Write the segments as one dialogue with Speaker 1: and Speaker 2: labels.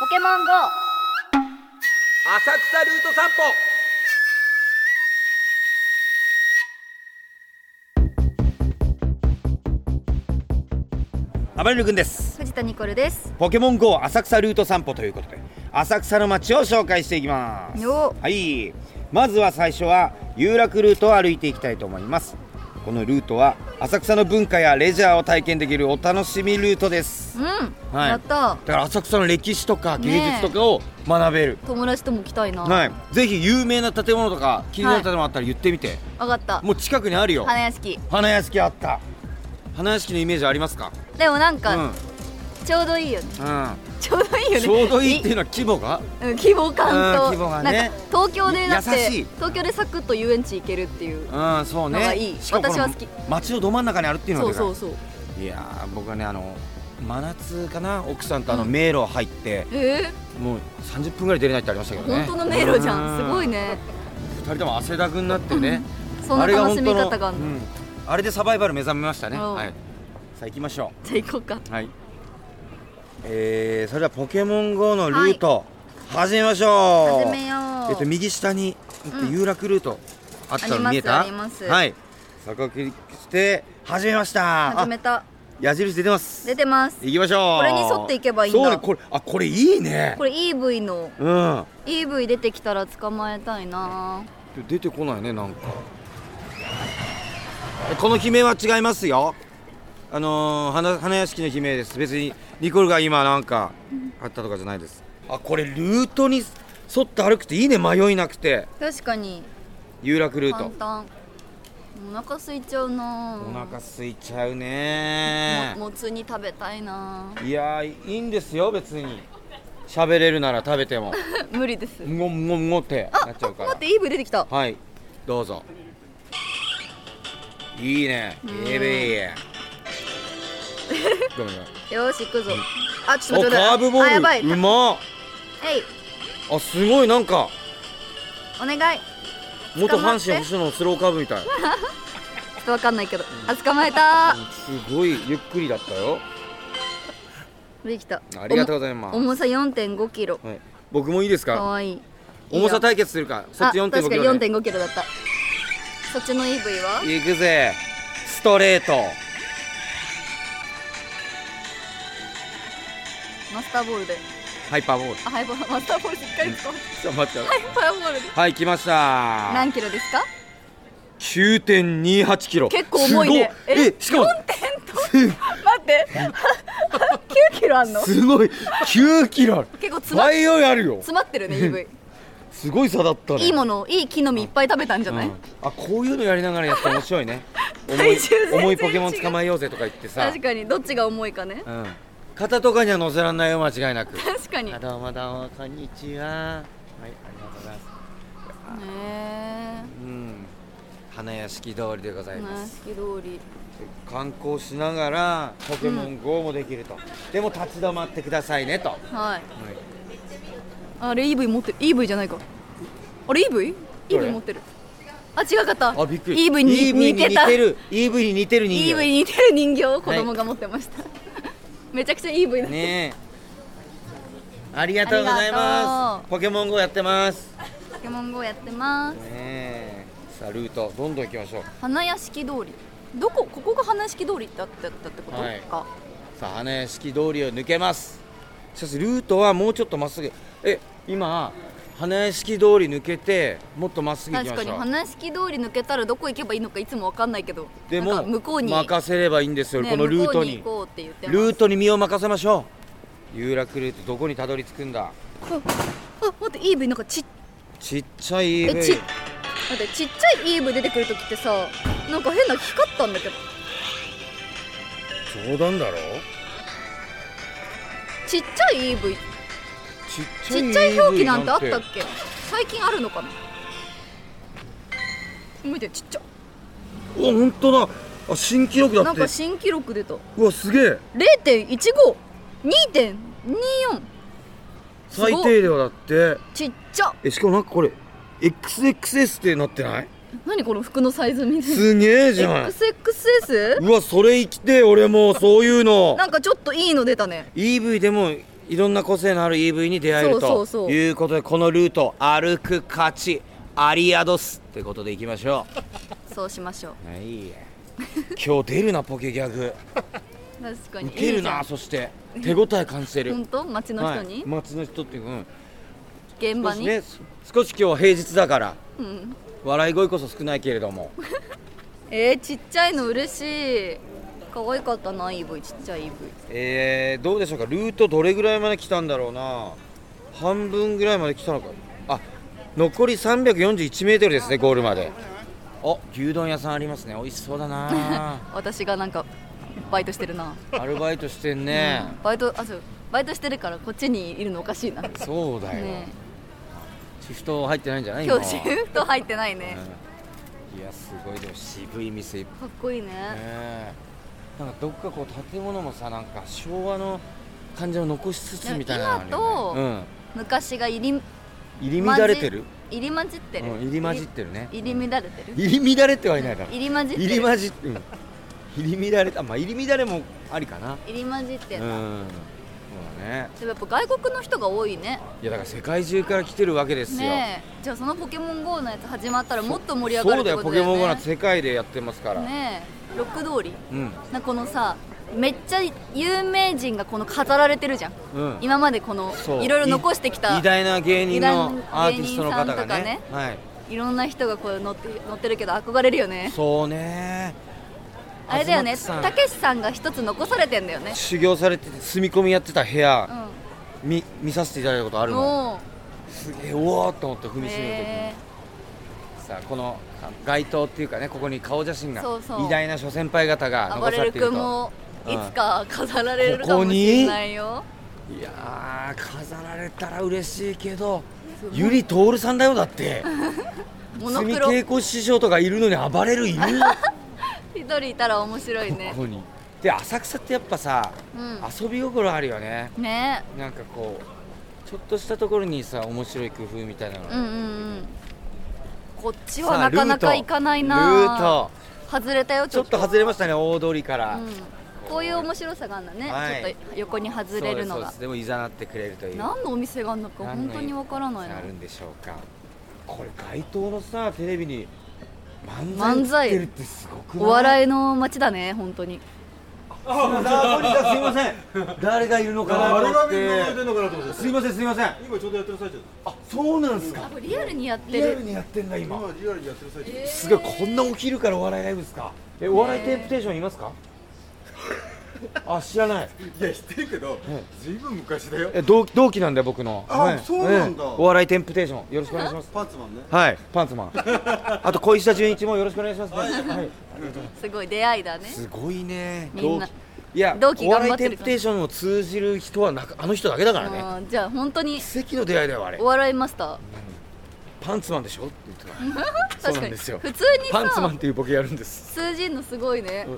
Speaker 1: ポケモン GO
Speaker 2: 浅草ルート散歩あばれる君です
Speaker 1: 藤田ニコルです
Speaker 2: ポケモン GO 浅草ルート散歩ということで浅草の街を紹介していきます
Speaker 1: よ
Speaker 2: はいまずは最初は有楽ルートを歩いていきたいと思いますこのルートは浅草の文化やレジャーを体験できるお楽しみルートです
Speaker 1: うん、
Speaker 2: はい
Speaker 1: やった
Speaker 2: だから浅草の歴史とか芸
Speaker 1: ね
Speaker 2: 術
Speaker 1: え
Speaker 2: とかを学べる、
Speaker 1: 友達とも来たいな、
Speaker 2: はい、ぜひ有名な建物とか気になる建物あったら言ってみて、
Speaker 1: 分かった
Speaker 2: もう近くにあるよ
Speaker 1: 花屋敷
Speaker 2: 花屋敷あった花屋敷のイメージありますか、
Speaker 1: でもなん
Speaker 2: う
Speaker 1: か、
Speaker 2: んうん、
Speaker 1: ちょうどいいよね ちょうどいいよね
Speaker 2: ちょうどいいっていうのは規模が
Speaker 1: うん規模感と、
Speaker 2: うん規模がね
Speaker 1: なんか東京でだっ
Speaker 2: 優
Speaker 1: て
Speaker 2: しい
Speaker 1: 東京でサクッと遊園地行けるっていう
Speaker 2: うんそう
Speaker 1: のが
Speaker 2: ね
Speaker 1: いい
Speaker 2: しかもこの
Speaker 1: 私は好き
Speaker 2: 街のど真ん中にあるっていう
Speaker 1: そう
Speaker 2: のがでかい
Speaker 1: そうそう
Speaker 2: いやー僕はねあの真夏かな奥さんとあの迷路入って、
Speaker 1: え
Speaker 2: もう30分ぐらい出れないってありましたけ
Speaker 1: ー、
Speaker 2: どね
Speaker 1: 本当の迷路じゃんすごい
Speaker 2: ね
Speaker 1: ね
Speaker 2: 2人とも汗だくになってね、
Speaker 1: そんな
Speaker 2: あれが
Speaker 1: 楽
Speaker 2: 本
Speaker 1: し
Speaker 2: 当
Speaker 1: み
Speaker 2: の
Speaker 1: 方がある
Speaker 2: う
Speaker 1: の
Speaker 2: んあれでサバイバル目覚めましたね
Speaker 1: おう
Speaker 2: はいさあ行きましょ
Speaker 1: じゃあ行こうか
Speaker 2: うはいえー、それではポケモン GO のルート、始めましょう
Speaker 1: 始めよう
Speaker 2: えっと、右下に、えっと
Speaker 1: うん
Speaker 2: 有楽ルートあったの見えた
Speaker 1: ありますあります
Speaker 2: はいそこをクリックして始めました
Speaker 1: 始めた
Speaker 2: あ矢印出てます
Speaker 1: 出てます
Speaker 2: 行きましょう
Speaker 1: これに沿っていけばいいんだ
Speaker 2: そうねこれあこれいいね
Speaker 1: これ EV の
Speaker 2: うん
Speaker 1: EV 出てきたら捕まえたいな
Speaker 2: 出てこないねなんかえこの悲鳴は違いますよあのー、花花屋敷の悲鳴です別にニコルが今なんかあったとかじゃないですあこれルートに沿って歩くといいね迷いなくて
Speaker 1: 確かに
Speaker 2: 有楽ルー
Speaker 1: 簡
Speaker 2: ト
Speaker 1: 単お腹空いちゃうな
Speaker 2: お腹空いちゃうね
Speaker 1: ももつ煮食べたいな
Speaker 2: いやーいいんですよ別に喋れるなら食べても
Speaker 1: 無理です
Speaker 2: もももって
Speaker 1: あ
Speaker 2: なっちゃ
Speaker 1: あ
Speaker 2: うから
Speaker 1: 待って EV 出てきた
Speaker 2: はい、どうぞ。いいね、エベイ。 ごめんごめん
Speaker 1: よし行くぞあちょっ
Speaker 2: お、
Speaker 1: と待って待って
Speaker 2: カーブボ
Speaker 1: あやば
Speaker 2: ー
Speaker 1: い
Speaker 2: ル、うまっ。
Speaker 1: えい
Speaker 2: あ、すごい、なんか、
Speaker 1: お願い
Speaker 2: 元
Speaker 1: 捕まっ
Speaker 2: 阪
Speaker 1: て
Speaker 2: 神星野のスローカーブみたい。
Speaker 1: ちょっとわかんないけどあ捕まえた
Speaker 2: すごい、ゆっくりだったよ。
Speaker 1: できた
Speaker 2: ありがとうございます
Speaker 1: おも重さ4 5キロ
Speaker 2: はい、僕もいいです
Speaker 1: か
Speaker 2: か。
Speaker 1: わいい
Speaker 2: 重
Speaker 1: い
Speaker 2: さ
Speaker 1: いよ
Speaker 2: 対決するか、そっち
Speaker 1: あ
Speaker 2: 4.5
Speaker 1: 確か
Speaker 2: キ
Speaker 1: に
Speaker 2: ロね。
Speaker 1: 4.5キロだったそっちの EV は
Speaker 2: 行くぜ、ストレート。
Speaker 1: マスターボールで
Speaker 2: ハイパーボール。
Speaker 1: あハイボールマスターボールしっかり使おう
Speaker 2: ちょっと待って。
Speaker 1: ハイパーボールで
Speaker 2: はい、来ました。
Speaker 1: 何キロですか
Speaker 2: 9.28キロ。
Speaker 1: 結構重いね
Speaker 2: すごいえ、しかも。す
Speaker 1: 待って9キロあんの
Speaker 2: すごい9 キロある
Speaker 1: 結構詰ま
Speaker 2: 倍よりあるよ
Speaker 1: 詰まってるね EV
Speaker 2: すごい差だったね
Speaker 1: いいものをいい木の実いっぱい食べたんじゃない、
Speaker 2: うんあこういうのやりながらやったら面白いね重
Speaker 1: 体
Speaker 2: い
Speaker 1: 重全然
Speaker 2: 重いポケモン捕まえようぜとか言ってさ、
Speaker 1: 確かにどっちが重いかね
Speaker 2: うん、肩とかには乗せらんないよ間違いなく
Speaker 1: 確かに
Speaker 2: あ
Speaker 1: ね
Speaker 2: どうもどうもこんにちははいありがとうございます
Speaker 1: え
Speaker 2: うん花屋敷通りでございます、
Speaker 1: 好き通り
Speaker 2: 観光しながらポケモン GO もできると、でも立ち止まってくださいねと、は
Speaker 1: はい
Speaker 2: い
Speaker 1: あれ EV 持ってる EV じゃないかあれ EV?EV
Speaker 2: どれ
Speaker 1: 持ってるあ違かった
Speaker 2: あびっくり
Speaker 1: EV に
Speaker 2: EV に
Speaker 1: 似て
Speaker 2: 似
Speaker 1: た
Speaker 2: てる EV に似てる人
Speaker 1: EV
Speaker 2: 形
Speaker 1: に似てる人形を子供が持ってました、 めちゃくちゃ EV だ、
Speaker 2: ねえ。ありがとうござい
Speaker 1: ありが
Speaker 2: ま
Speaker 1: と
Speaker 2: す。ポケモン GO やってます。ね
Speaker 1: ポケモン GO やってます
Speaker 2: え。さあルートどんどん行きましょう。
Speaker 1: 花屋敷通りどこここが花屋敷通りってあったってこと
Speaker 2: はい
Speaker 1: か
Speaker 2: さあ花屋敷通りを抜けます。しかしルートはもうちょっとまっすぐ。え、今花屋敷通り抜けてもっとまっすぐ行き
Speaker 1: 確
Speaker 2: ま
Speaker 1: か
Speaker 2: し
Speaker 1: に
Speaker 2: ょう。
Speaker 1: 花屋敷通り抜けたらどこ行けばいいのかいつもわかんないけど
Speaker 2: で
Speaker 1: なん
Speaker 2: も
Speaker 1: か向こうに
Speaker 2: 任せればいいんですよ。
Speaker 1: ね
Speaker 2: このルート
Speaker 1: 向こ
Speaker 2: に
Speaker 1: うに行こうって言ってます
Speaker 2: ルートに身を任せましょう。有楽ルートどこにたどり着くんだ。
Speaker 1: あ待って EV なんかちっ
Speaker 2: ちっちゃい EV。
Speaker 1: えち待ってちっちゃい EV 出てくるときってさなんか変な光ったんだけど
Speaker 2: 冗談だろ。
Speaker 1: ちっちゃい EV
Speaker 2: ちっちゃい
Speaker 1: ちっちゃい
Speaker 2: EV
Speaker 1: 表記なんてあったっけ最近あるのかな見てちっちゃ
Speaker 2: うわ本当だあ新記録だ
Speaker 1: な
Speaker 2: っ
Speaker 1: ん
Speaker 2: て
Speaker 1: か新記録出た
Speaker 2: うわすげえ
Speaker 1: 0.152.24すごい
Speaker 2: 最低量だって
Speaker 1: ちっちゃ
Speaker 2: えしかもなんかこれ XXS ってなってない
Speaker 1: 何この服のサイズみたいな
Speaker 2: すげえじゃん
Speaker 1: XXS?
Speaker 2: うわそれ生きてえ俺もうそういうの
Speaker 1: なんかちょっといいの出たね
Speaker 2: EV でもいろんな個性のある EV に出会えると
Speaker 1: そうそうそう
Speaker 2: いうことでこのルート歩く価値アリアドスってことでいきましょ
Speaker 1: そうしましょう
Speaker 2: うはい今日出るなポケギャグ
Speaker 1: 確かに
Speaker 2: 受けるなそして手応え感じてる
Speaker 1: 本当街の人
Speaker 2: は
Speaker 1: に
Speaker 2: い、、街の人っていう、うん、
Speaker 1: 現
Speaker 2: 少
Speaker 1: 場
Speaker 2: し
Speaker 1: に、
Speaker 2: ねす少し今日は平日だから
Speaker 1: うん、
Speaker 2: 笑い声こそ少ないけれども
Speaker 1: えー、ちっちゃいの嬉しい可愛かったな EV ちっちゃい EV
Speaker 2: えー、どうでしょうかルートどれぐらいまで来たんだろうな半分ぐらいまで来たのかあ残り3 4 1メートルですねゴールまであ牛丼屋さんありますね美味しそうだ な
Speaker 1: 私がなんかバイトしてるな
Speaker 2: アルバイトしてんね、
Speaker 1: バイトあそうバイトしてるからこっちにいるのおかしいなね
Speaker 2: そうだよ、
Speaker 1: え
Speaker 2: シフト入ってないんじゃない
Speaker 1: 今
Speaker 2: は
Speaker 1: 日シフト入ってないね
Speaker 2: うんいやすごいでも渋い店いっぱい
Speaker 1: かっこいいね
Speaker 2: ねえなんかどっかこう建物もさなんか昭和の感じを残しつつみたいなのあるよね、
Speaker 1: 昔が入り
Speaker 2: うん、入り乱れてる、
Speaker 1: 入り混じってる、
Speaker 2: うん、入り混じってるね
Speaker 1: 入り入り乱れてる
Speaker 2: 入り乱れてはいないだろ
Speaker 1: 入り混じって
Speaker 2: 入
Speaker 1: る
Speaker 2: り混じって、うん、入り乱れたまあ入り乱れもありかな
Speaker 1: 入り混じって
Speaker 2: う
Speaker 1: る、
Speaker 2: んそうだね
Speaker 1: でもやっぱ外国の人が多いね
Speaker 2: いやだから世界中から来てるわけですよ、
Speaker 1: ねえじゃあそのポケモン GO のやつ始まったらもっと盛り上
Speaker 2: そ
Speaker 1: がる
Speaker 2: う
Speaker 1: って
Speaker 2: だよ
Speaker 1: こと
Speaker 2: ポ
Speaker 1: だ
Speaker 2: ケ
Speaker 1: よね
Speaker 2: モン GO なんて世界でやってますから、
Speaker 1: ねえロック通り
Speaker 2: うん
Speaker 1: なこのさめっちゃ有名人がこの飾られてるじゃん、
Speaker 2: うん
Speaker 1: 今までこの
Speaker 2: そう
Speaker 1: いろいろ残してきた
Speaker 2: 偉大な芸人の
Speaker 1: 偉大な
Speaker 2: アーティストの方が
Speaker 1: 芸人さんとかね
Speaker 2: はい
Speaker 1: いろんな人がこう乗って乗ってるけど憧れるよね
Speaker 2: そうね
Speaker 1: あれだよね
Speaker 2: 東さん
Speaker 1: たけしさんが一つ残されてんだよね
Speaker 2: 修行されてて住み込みやってた部屋、
Speaker 1: う
Speaker 2: 見見させていただいたことある
Speaker 1: ん
Speaker 2: の
Speaker 1: も
Speaker 2: すげえうわーっと思って踏
Speaker 1: う
Speaker 2: みしめる時に、
Speaker 1: へ
Speaker 2: さあこのあ街頭っていうかねここに顔写真が
Speaker 1: そうそう
Speaker 2: 偉大な諸先輩方が
Speaker 1: え
Speaker 2: 残
Speaker 1: 暴
Speaker 2: さ
Speaker 1: れ
Speaker 2: れ
Speaker 1: る
Speaker 2: ている
Speaker 1: 君
Speaker 2: と
Speaker 1: もいつか飾られる
Speaker 2: こ
Speaker 1: か
Speaker 2: こ
Speaker 1: も
Speaker 2: に
Speaker 1: しれないよ
Speaker 2: いやー飾られたら嬉しいけどゆりとおるさんだよだって
Speaker 1: モノク
Speaker 2: 住み
Speaker 1: ロ
Speaker 2: 稽古師匠とかいるのに暴れ るいる
Speaker 1: 一人いたら面白いね
Speaker 2: ここにで浅草ってやっぱさ、
Speaker 1: う
Speaker 2: 遊び心あるよね
Speaker 1: んね
Speaker 2: なんかこうちょっとしたところにさ面白い工夫みたいなの、
Speaker 1: えうんうんうんこっちは
Speaker 2: さあ
Speaker 1: なかなか行かないな
Speaker 2: ルート
Speaker 1: 外れたよ
Speaker 2: ちょっと外れましたね大通りから、
Speaker 1: うんこういう面白さがあるんだね、
Speaker 2: はい
Speaker 1: ちょっと横に外れるの
Speaker 2: そう
Speaker 1: が
Speaker 2: ですそうですでもいざなってくれるという
Speaker 1: 何のお店があるのか本当にわからないな
Speaker 2: あるんでしょうかこれ街頭のさテレビに漫才
Speaker 1: 漫才
Speaker 2: やってるってすごくない
Speaker 1: お笑
Speaker 2: い
Speaker 1: いの街だね本当に
Speaker 2: すいません誰がいるのかな
Speaker 3: あ
Speaker 2: と
Speaker 3: れ
Speaker 2: 思
Speaker 3: が
Speaker 2: っ
Speaker 3: みんな出
Speaker 2: て
Speaker 3: るのかなと思って
Speaker 2: すいませんすいません
Speaker 3: 今ちょうどやってる最中です
Speaker 2: あそうなんですか
Speaker 1: あこれリアルにやって
Speaker 2: リアル
Speaker 1: る
Speaker 2: にやってんだ今
Speaker 3: 今リアルにやってる最中です
Speaker 2: すごいこんなお昼からお笑いライブですかえお笑いテンプテーションい ますかあ知らない
Speaker 3: いや知ってるけどずいぶん昔だよ
Speaker 2: え同同期なんだよ僕の
Speaker 3: あそうなんだ
Speaker 2: ええお笑いテンプテーションよろしくお願いします
Speaker 3: パンツマンね
Speaker 2: はいパン ツマンあと小石田純一もよろしくお願いしますね、はい
Speaker 1: すごい出会いだね
Speaker 2: すごいね
Speaker 1: みんな
Speaker 2: 同期いや
Speaker 1: 同期
Speaker 2: お
Speaker 1: 頑
Speaker 2: 笑
Speaker 1: 張
Speaker 2: い
Speaker 1: って
Speaker 2: テ
Speaker 1: る
Speaker 2: ンプテーションを通じる人はなかあの人だけだからね
Speaker 1: うんじゃあ本当に
Speaker 2: 奇跡の出会いだよあれ
Speaker 1: お笑いマスタ
Speaker 2: パンツマンでしょって言ってたか
Speaker 1: ー
Speaker 2: らそう
Speaker 1: 確
Speaker 2: な
Speaker 1: か
Speaker 2: ん
Speaker 1: に
Speaker 2: ですよ
Speaker 1: 普通に
Speaker 2: パンツマン
Speaker 1: さ
Speaker 2: っていうボケやるんです
Speaker 1: 通じんのすごいね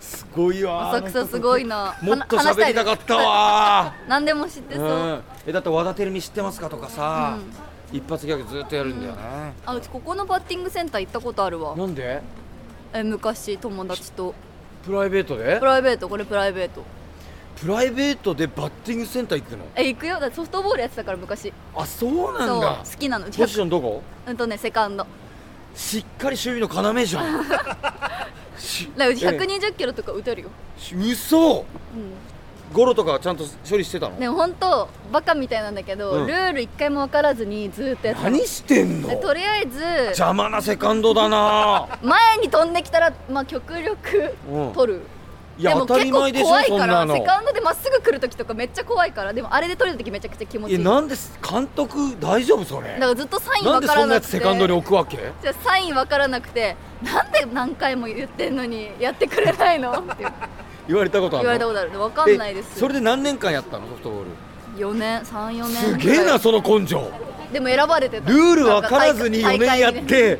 Speaker 2: すごいわー
Speaker 1: 浅草すごいな
Speaker 2: もっと
Speaker 1: はな
Speaker 2: 喋りたかったわ
Speaker 1: 話したいね何でも知って
Speaker 2: ー
Speaker 1: そう、
Speaker 2: うんえだって和田照美知ってますかとかさ、一発ギャグずっとやるんだよね、
Speaker 1: あうちここのバッティングセンター行ったことあるわ
Speaker 2: なんで
Speaker 1: え昔友達と
Speaker 2: プライベートで
Speaker 1: プライベートこれプライベート
Speaker 2: プライベートでバッティングセンター行くの
Speaker 1: え行くよだってソフトボールやってたから昔
Speaker 2: あそうな
Speaker 1: そ
Speaker 2: ん
Speaker 1: う
Speaker 2: だ
Speaker 1: 好きなのうち
Speaker 2: ポジションどこ
Speaker 1: うんとねセカンド
Speaker 2: しっかり守備の要じゃんし
Speaker 1: だからうち120キロとか打てるよ、
Speaker 2: え嘘
Speaker 1: う
Speaker 2: ゴロとかちゃんと処理してたの、
Speaker 1: ん、でも本当バカみたいなんだけど、
Speaker 2: うん
Speaker 1: ルール一回も分からずにずーっとやってた
Speaker 2: 何してんの
Speaker 1: でとりあえず
Speaker 2: 邪魔なセカンドだ な
Speaker 1: 前に飛んできたら、まあ、極力
Speaker 2: うん
Speaker 1: 取る、
Speaker 2: いや当たり前でしょ
Speaker 1: 怖い
Speaker 2: そん
Speaker 1: か
Speaker 2: な
Speaker 1: ら
Speaker 2: の
Speaker 1: セカンドでまっすぐ来るときとかめっちゃ怖いからでもあれで取れるときめちゃくちゃ気持ちい
Speaker 2: え
Speaker 1: いだか
Speaker 2: なんです監督大丈夫それ
Speaker 1: らずっとサイン
Speaker 2: なん
Speaker 1: 分
Speaker 2: で
Speaker 1: か
Speaker 2: そ
Speaker 1: ら
Speaker 2: んな
Speaker 1: な
Speaker 2: やつ
Speaker 1: く
Speaker 2: セ
Speaker 1: て
Speaker 2: カンドに置くわけ
Speaker 1: じゃあサイン分からなくてなんで何回も言ってんのにやってくれないのって
Speaker 2: 言われたことあ
Speaker 1: 言
Speaker 2: る
Speaker 1: わ
Speaker 2: の
Speaker 1: れたことある分かんないです
Speaker 2: えそれで何年間やったのソフトボール
Speaker 1: 4年34年
Speaker 2: すげえなその根性
Speaker 1: でも選ばれてた
Speaker 2: ルール分からずに4年やっ
Speaker 1: なんか大会にね
Speaker 2: て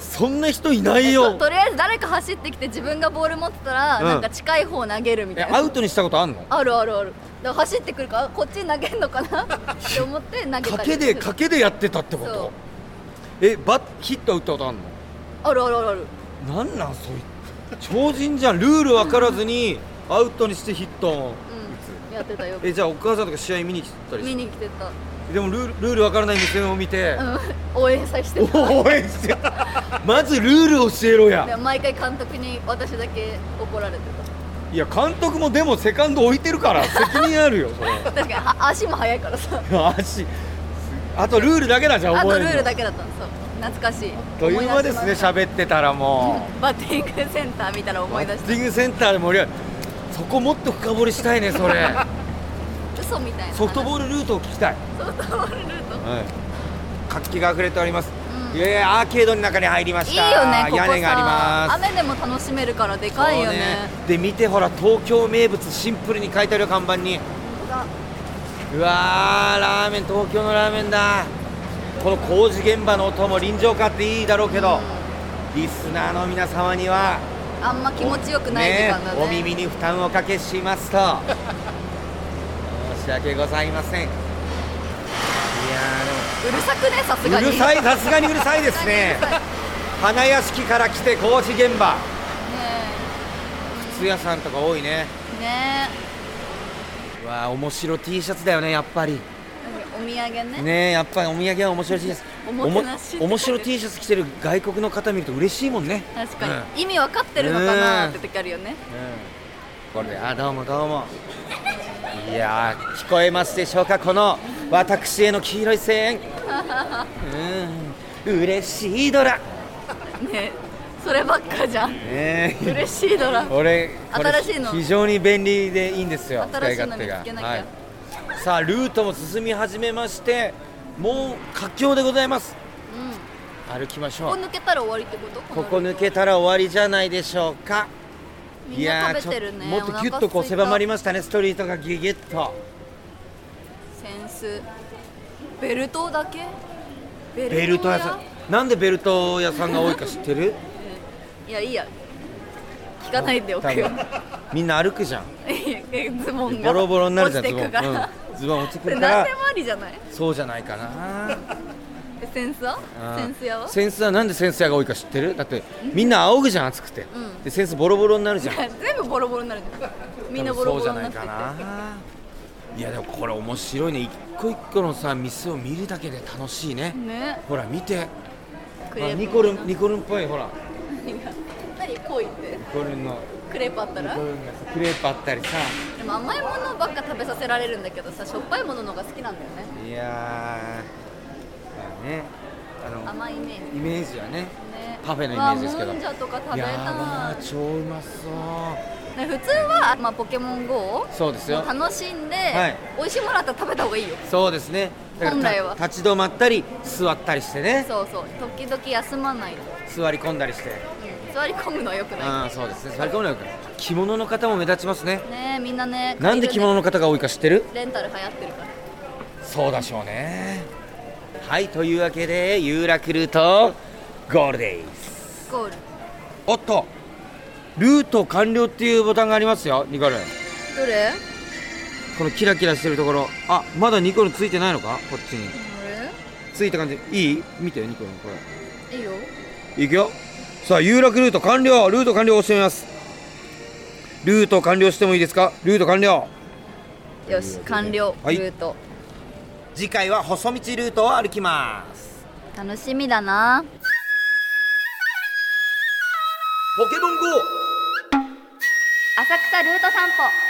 Speaker 2: そんな人いない
Speaker 1: そう
Speaker 2: よ
Speaker 1: とりあえず誰か走ってきて自分がボール持ってたら、
Speaker 2: うん
Speaker 1: なんか近い方投げるみ
Speaker 2: え
Speaker 1: たいな
Speaker 2: アウトにしたことあんの
Speaker 1: あるあるあるだから走ってくるからあこっちに投げんのか なって思って投げたり
Speaker 2: 賭けで賭けでやってたってこ
Speaker 1: そ
Speaker 2: と
Speaker 1: う
Speaker 2: えバッヒット打ったことあん
Speaker 1: あるあるあるある
Speaker 2: のなんなんそいつ超人じゃんルール分からずにアウトにしてヒットを打つ、
Speaker 1: やってたよ
Speaker 2: えじゃあお母さんとか試合見に来たり
Speaker 1: 見
Speaker 2: し
Speaker 1: に来てた
Speaker 2: てでもルールルールわからない目線を見て
Speaker 1: うん応援させてた
Speaker 2: 応援してまずルール教えろ
Speaker 1: で
Speaker 2: や
Speaker 1: も毎回監督に私だけ怒られて
Speaker 2: いや監督もでもセカンド置いて るから責任あるよそれ
Speaker 1: た確かには足も速いからさ
Speaker 2: 足あとルールだけだじゃん
Speaker 1: あ
Speaker 2: 覚
Speaker 1: と
Speaker 2: える
Speaker 1: ル
Speaker 2: の
Speaker 1: ールだけだったんですよ懐かしい
Speaker 2: という間ですね
Speaker 1: ゃ
Speaker 2: 喋ってたらも
Speaker 1: バッティングセンター見たら
Speaker 2: う
Speaker 1: 思い出し
Speaker 2: バッティングセンターで盛り上がるそこもっと深掘りしたいねそれ
Speaker 1: た嘘みたいな
Speaker 2: ソフトボールルートを聞きたい、
Speaker 1: ールソフトボールルート
Speaker 2: 活気が溢れております、
Speaker 1: うん
Speaker 2: いやいやアーケードの中に入りま
Speaker 1: い
Speaker 2: し
Speaker 1: い
Speaker 2: た
Speaker 1: よねここさ
Speaker 2: 屋根があります
Speaker 1: 雨でも楽しめるからでかいよね
Speaker 2: そうで見てほら東京名物シンプルに書いてあるよ看板にうわーラーメン東京のラーメンだこの工事現場の音も臨場感あっていいだろうけど、リスナーの皆様には
Speaker 1: うんあんま気持ちよくない時間だね
Speaker 2: お耳に負担をおかけしますと 申し訳ございませんいや
Speaker 1: うるさくねさす
Speaker 2: ーでも
Speaker 1: がに
Speaker 2: うるさいさすがにうるさいですね
Speaker 1: さすがにうるさいね
Speaker 2: 花屋敷から来て工事現場
Speaker 1: え
Speaker 2: 靴屋さんとか多いね
Speaker 1: ね
Speaker 2: うわあ面白い T シャツだよねやっぱり
Speaker 1: えお土産ね
Speaker 2: ねえやっぱりお土産は面白い T シャツ
Speaker 1: おもてなし
Speaker 2: おも面白い T シャツ着てる外国の方見ると嬉しいもんね
Speaker 1: 確かに、
Speaker 2: うん
Speaker 1: 意味わかってるのかなって時あるよね、
Speaker 2: これであどうもどうもいやー聞こえますでしょうかこの私への黄色い声援うん嬉しいドラ
Speaker 1: ね
Speaker 2: ね
Speaker 1: えそればっかじゃん
Speaker 2: え
Speaker 1: 嬉しいド ラ
Speaker 2: これこれ
Speaker 1: 新しいの
Speaker 2: 非常に便利でいいんですよ
Speaker 1: 新しいの
Speaker 2: 使
Speaker 1: 見つ
Speaker 2: い
Speaker 1: け
Speaker 2: 勝
Speaker 1: な
Speaker 2: 手
Speaker 1: きゃ
Speaker 2: が、はい、さあルートも進み始めましてもう佳境でございます
Speaker 1: うん
Speaker 2: 歩きまし
Speaker 1: こ
Speaker 2: ょ
Speaker 1: こ
Speaker 2: う
Speaker 1: 抜けたら終わりってこと
Speaker 2: ここ抜けたら終わりじゃないでしょうか
Speaker 1: みんな食べてるね
Speaker 2: いやーちょっともっとギュッとこう狭まりましたねストリートがギュギュッと
Speaker 1: すセンスベルトだけベ
Speaker 2: ベルト屋さんなんでベルト屋さんが多いか知っ てる
Speaker 1: いやいいや聞かないでおくよ
Speaker 2: 多分みんな歩くじゃん
Speaker 1: ズボンが
Speaker 2: ボロボロになるじゃん
Speaker 1: 落
Speaker 2: ズ
Speaker 1: ちて
Speaker 2: ボン、
Speaker 1: くから、
Speaker 2: うん、ズボン落ち
Speaker 1: そ
Speaker 2: てく
Speaker 1: れ
Speaker 2: るか
Speaker 1: 何
Speaker 2: ら
Speaker 1: でもありじゃない
Speaker 2: そうじゃないかな
Speaker 1: えセンスは
Speaker 2: あー
Speaker 1: センス屋は
Speaker 2: センスはなんでセンス屋が多いか知ってるだってみんな仰ぐじゃん暑くて、
Speaker 1: ん
Speaker 2: でセンスボロボロになるじゃん
Speaker 1: 全部ボロボロになるじゃん みんなボロボロになって
Speaker 2: 多
Speaker 1: て
Speaker 2: 分そうじゃないかないやでもこれ面白いね一個一個のさ店を見るだけで楽しいね、
Speaker 1: ね
Speaker 2: ほら見て
Speaker 1: クレー
Speaker 2: あ
Speaker 1: プ
Speaker 2: ニコルンニコルンっぽいほらニ
Speaker 1: 何恋って
Speaker 2: コルンの
Speaker 1: クレープあったら
Speaker 2: ニコルンがさクレープあったりさ
Speaker 1: でも甘いものばっか食べさせられるんだけどさしょっぱいもののが好きなんだよね
Speaker 2: いやーまあねあの
Speaker 1: 甘いイメージ
Speaker 2: イメージはね
Speaker 1: ね
Speaker 2: パフェのイメージですけど
Speaker 1: わあもんじゃとか食
Speaker 2: い
Speaker 1: べ
Speaker 2: や
Speaker 1: たい
Speaker 2: ーまあ超うまそう
Speaker 1: ね普通は、まあ、ポケモン GO を
Speaker 2: そうですよ
Speaker 1: 楽しんで、
Speaker 2: はい
Speaker 1: 美味しいものあったら食べた方がいいよ
Speaker 2: そうですねだから
Speaker 1: 本来は
Speaker 2: た立ち止まったり座ったりしてね
Speaker 1: そうそう時々休まないと、
Speaker 2: 座り込んだりして
Speaker 1: うん座り込むのはよくな
Speaker 2: ああそうですね座り込むのよくない着物の方も目立ちますね
Speaker 1: いねえみんなね
Speaker 2: なんで着物
Speaker 1: の
Speaker 2: の方が多いか知ってる
Speaker 1: レンタル流行ってるから
Speaker 2: そうでしょうねはいというわけで有楽ルートゴールです
Speaker 1: ゴール
Speaker 2: おっとルート完了っていうボタンがありますよニコルン
Speaker 1: どれ
Speaker 2: このキラキラしてるところあまだニコルンついてないのかこっちについた感じいい見てニコルンこれ
Speaker 1: あれいいよ
Speaker 2: いくよさあ有楽ルート完了ルート完了押してみますルート完了してもいいですかルート完了
Speaker 1: よし完了、
Speaker 2: はい
Speaker 1: ルート
Speaker 2: 次回は細道ルートを歩きます
Speaker 1: 楽しみだな
Speaker 2: ポケモン GO!
Speaker 1: 浅草ルート散歩